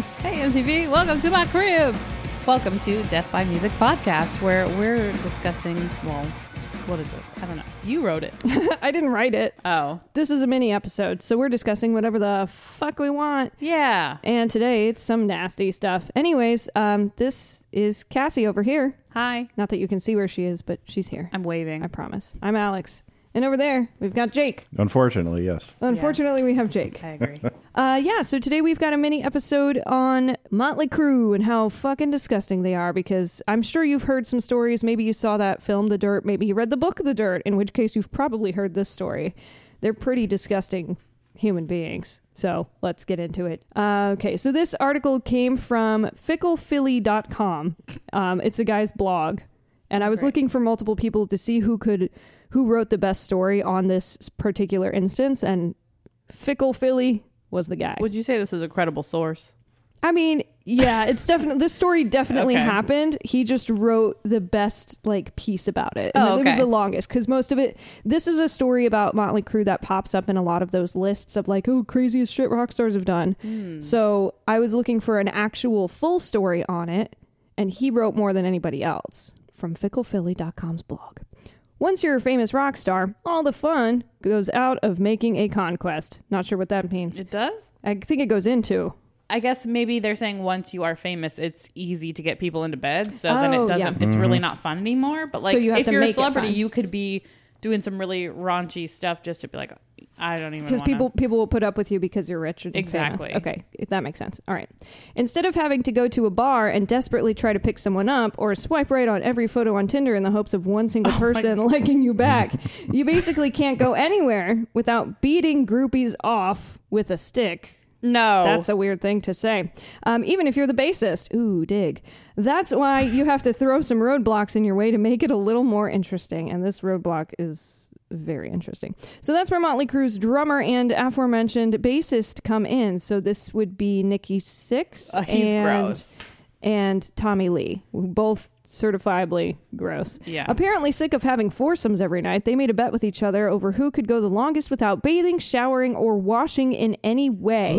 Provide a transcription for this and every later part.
MTV. Welcome to my crib. Welcome to Death by Music podcast, where we're discussing, well, what is this? I don't know. You wrote it. I didn't write it. Oh, This is a mini episode, so we're discussing whatever the fuck we want. yeah. And today it's some nasty stuff. Anyways, um, this is Cassie over here. Hi. Not that you can see where she is, but she's here. I'm I waving. promise. I'm Alex. And over there, we've got Jake. Unfortunately, yes. Unfortunately, we have Jake. I agree. Uh, yeah, so today we've got a mini episode on Motley Crue and how fucking disgusting they are because I'm sure you've heard some stories. Maybe you saw that film, The Dirt. Maybe you read the book, The Dirt, in which case you've probably heard this story. They're pretty disgusting human beings. So let's get into it. Uh, okay, so this article came from ficklephilly.com. Um, it's a guy's blog. And I was Great. looking for multiple people to see who could who wrote the best story on this particular instance and Fickle Philly was the guy. Would you say this is a credible source? I mean, yeah, it's definitely this story definitely Okay. happened. He just wrote the best like piece about it. Oh, it was okay. the longest because most of it. This is a story about Motley Crue that pops up in a lot of those lists of like, oh, craziest shit rock stars have done. So I was looking for an actual full story on it, and he wrote more than anybody else from ficklephilly.com's blog. Once you're a famous rock star, all the fun goes out of making a conquest. Not sure what that means. It does. I think it goes into I guess maybe they're saying once you are famous, it's easy to get people into bed. So then Oh, it yeah. doesn't. It's really not fun anymore. But like, you have if to you're a make it celebrity, fun. you could be doing some really raunchy stuff just to be like, I don't even. because wanna- people people will put up with you because you're rich and famous. Exactly. Okay, that makes sense. All right. Instead of having to go to a bar and desperately try to pick someone up or swipe right on every photo on Tinder in the hopes of one single Oh person liking you back, you basically can't go anywhere without beating groupies off with a stick. No. That's a weird thing to say. Um, even if you're the bassist, ooh, dig. That's why you have to throw some roadblocks in your way to make it a little more interesting. And this roadblock is very interesting. So that's where Motley Crue's drummer and aforementioned bassist come in. So this would be Nikki Six Uh, he's and, gross. and Tommy Lee, both certifiably gross. Yeah. Apparently sick of having foursomes every night, they made a bet with each other over who could go the longest without bathing, showering, or washing in any way.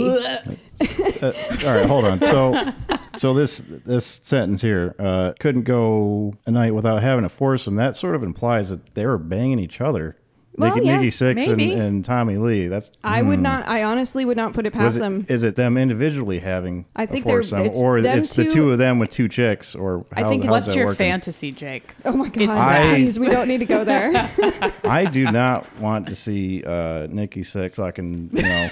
Uh, all right, hold on. So, so this this sentence here uh, couldn't go a night without having a foursome. That sort of implies that they were banging each other. Well, Nikki, yeah, Nikki Six and, maybe. and Tommy Lee. That's I would not. I honestly would not put it was past it- them. is it them individually having I think a they're- foursome, it's or them it's two- the two of them with two chicks, or I how, think it's- how's What's that your working? fantasy, Jake? oh my god! that. Please, we don't need to go there. I do not want to see uh, Nikki Six sucking, you know,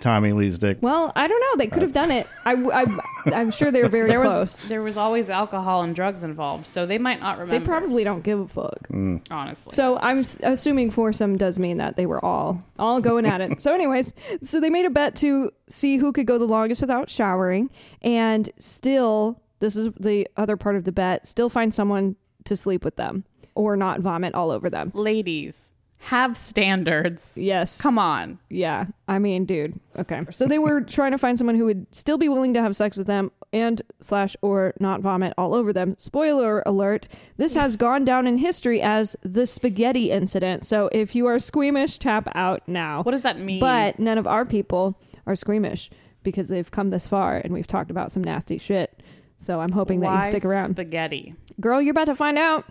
Tommy Lee's dick. well, I don't know. They could have done it. I, am sure they're very There close. was there was always alcohol and drugs involved, so they might not they remember. probably don't give a fuck. Hmm. honestly. So I'm s- assuming foursome does mean that they were all all going at it. so, anyways, so they made a bet to see who could go the longest without showering, and still, this is the other part of the bet. Still find someone to sleep with them or not vomit all over them. ladies have standards. Yes. Come on. Yeah. I mean, dude. Okay. So they were trying to find someone who would still be willing to have sex with them and slash or not vomit all over them. Spoiler alert, this has gone down in history as the spaghetti incident. So if you are squeamish, tap out now. What does that mean? But none of our people are squeamish because they've come this far and we've talked about some nasty shit. So I'm hoping that Why you stick around. Spaghetti. Girl, you're about to find out.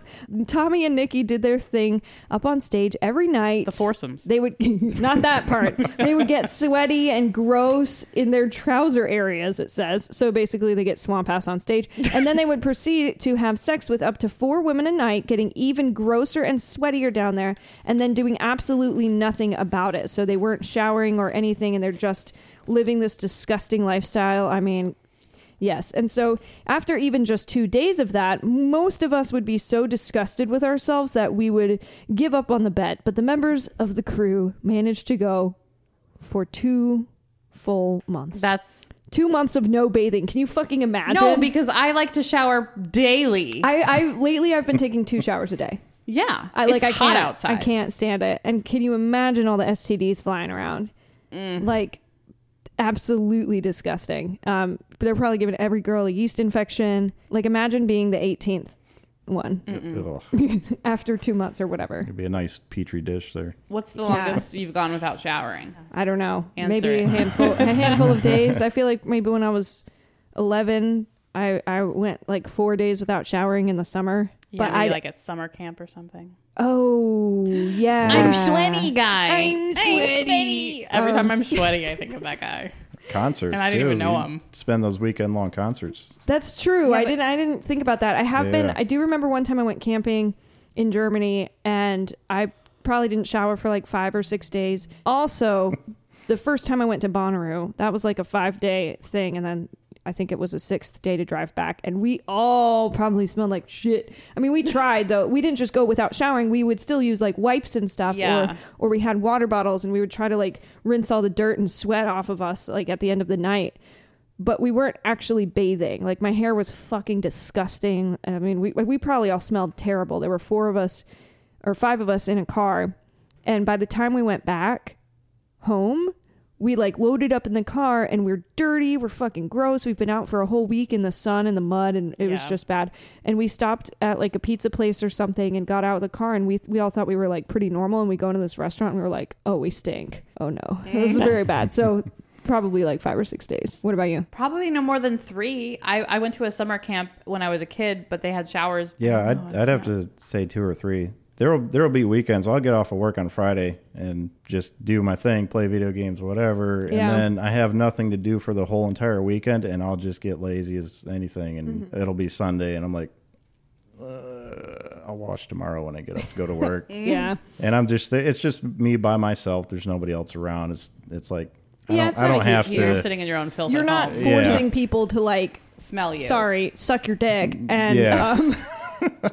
Tommy and Nikki did their thing up on stage every night. The foursomes. They would not that part. they would get sweaty and gross in their trouser areas, it says. So basically they get swamp ass on stage. And then they would proceed to have sex with up to four women a night, getting even grosser and sweatier down there, and then doing absolutely nothing about it. So they weren't showering or anything and they're just living this disgusting lifestyle. I mean, Yes. And so after even just two days of that, most of us would be so disgusted with ourselves that we would give up on the bet. But the members of the crew managed to go for two full months. That's two months of no bathing. Can you fucking imagine? no, because I like to shower daily. I, I lately I've been taking two showers a day. yeah, I like It's I hot can't outside. I can't stand it. And can you imagine all the STDs flying around? Mm. Like absolutely disgusting. Um they're probably giving every girl a yeast infection. Like imagine being the 18th one Ugh, after 2 months or whatever. it'd be a nice petri dish there. What's the longest you've gone without showering? I don't know. Answer maybe it. a handful a handful of days. I feel like maybe when I was 11, I, I went like four days without showering in the summer. Yeah, but maybe I like at summer camp or something. oh yeah, guy. I'm sweaty. Um. Every time I'm sweaty, I think of that guy. Concerts. And I didn't too. even know You him. Spend those weekend long concerts. That's true. Yeah, I but- didn't. I didn't think about that. I have been. Yeah. I do remember one time I went camping in Germany, and I probably didn't shower for like five or six days. Also, the first time I went to Bonnaroo, that was like a five day thing, and then. I think it was a sixth day to drive back, and we all probably smelled like shit. I mean, we tried though; we didn't just go without showering. We would still use like wipes and stuff, Yeah. or or we had water bottles, and we would try to like rinse all the dirt and sweat off of us, like at the end of the night but we weren't actually bathing. Like my hair was fucking disgusting. I mean, we we probably all smelled terrible. There were four of us or five of us in a car, and by the time we went back home, we like loaded up in the car and we're dirty, we're fucking gross. We've been out for a whole week in the sun and the mud and it was Yeah. just bad. And we stopped at like a pizza place or something and got out of the car and we we all thought we were like pretty normal and we go into this restaurant and we were like, "Oh, we stink." Oh no. This is very bad. So probably like 5 or 6 days. What about you? Probably no more than three. I, I went to a summer camp when I was a kid, but they had showers. Yeah, Oh, I'd, I'd have to say two or three. There'll there'll be weekends. I'll get off of work on Friday and just do my thing, play video games, whatever. Yeah. And then I have nothing to do for the whole entire weekend, and I'll just get lazy as anything. And Mm-hmm. it'll be Sunday, and I'm like, uh, I'll wash tomorrow when I get up to go to work. Yeah. and I'm just it's just me by myself. There's nobody else around. It's it's like I Yeah, don't, it's I not don't a have You're to. sitting in your own filth. You're at not home. Yeah. forcing people to like smell you. sorry, suck your dick and Yeah. um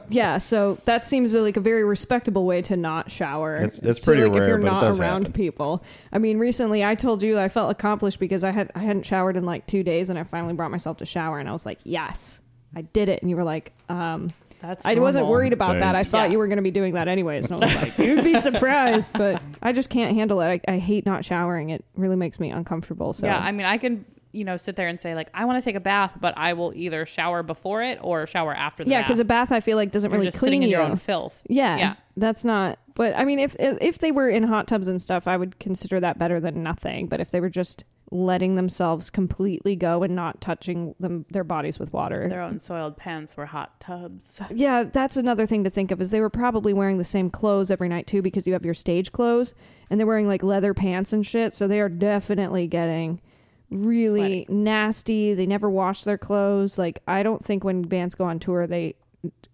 Yeah, so that seems like a very respectable way to not shower. It's- it's pretty so, like if rare, you're but it not does around happen. people. I mean, recently I told you I felt accomplished because I had I hadn't showered in like 2 days and I finally brought myself to shower and I was like, "Yes, I did it." And you were like, um That's I wasn't normal. worried about that. I Thanks. thought Yeah. you were going to be doing that anyways. And I was like, you'd be surprised, but I just can't handle it. I, I hate not showering. It really makes me uncomfortable. So Yeah, I mean, I can you know sit there and say like I want to take a bath, but I will either shower before it or shower after the Yeah, bath. because a bath I feel like doesn't you're really just clean sitting in you. your own filth. yeah, yeah. that's not. But I mean, if if they were in hot tubs and stuff, I would consider that better than nothing. But if they were just letting themselves completely go and not touching them their bodies with water, Their own soiled pants were hot tubs. yeah, that's another thing to think of is they were probably wearing the same clothes every night too because you have your stage clothes and they're wearing like leather pants and shit, so they are definitely getting really nasty. They never wash their clothes. Like I don't think when bands go on tour they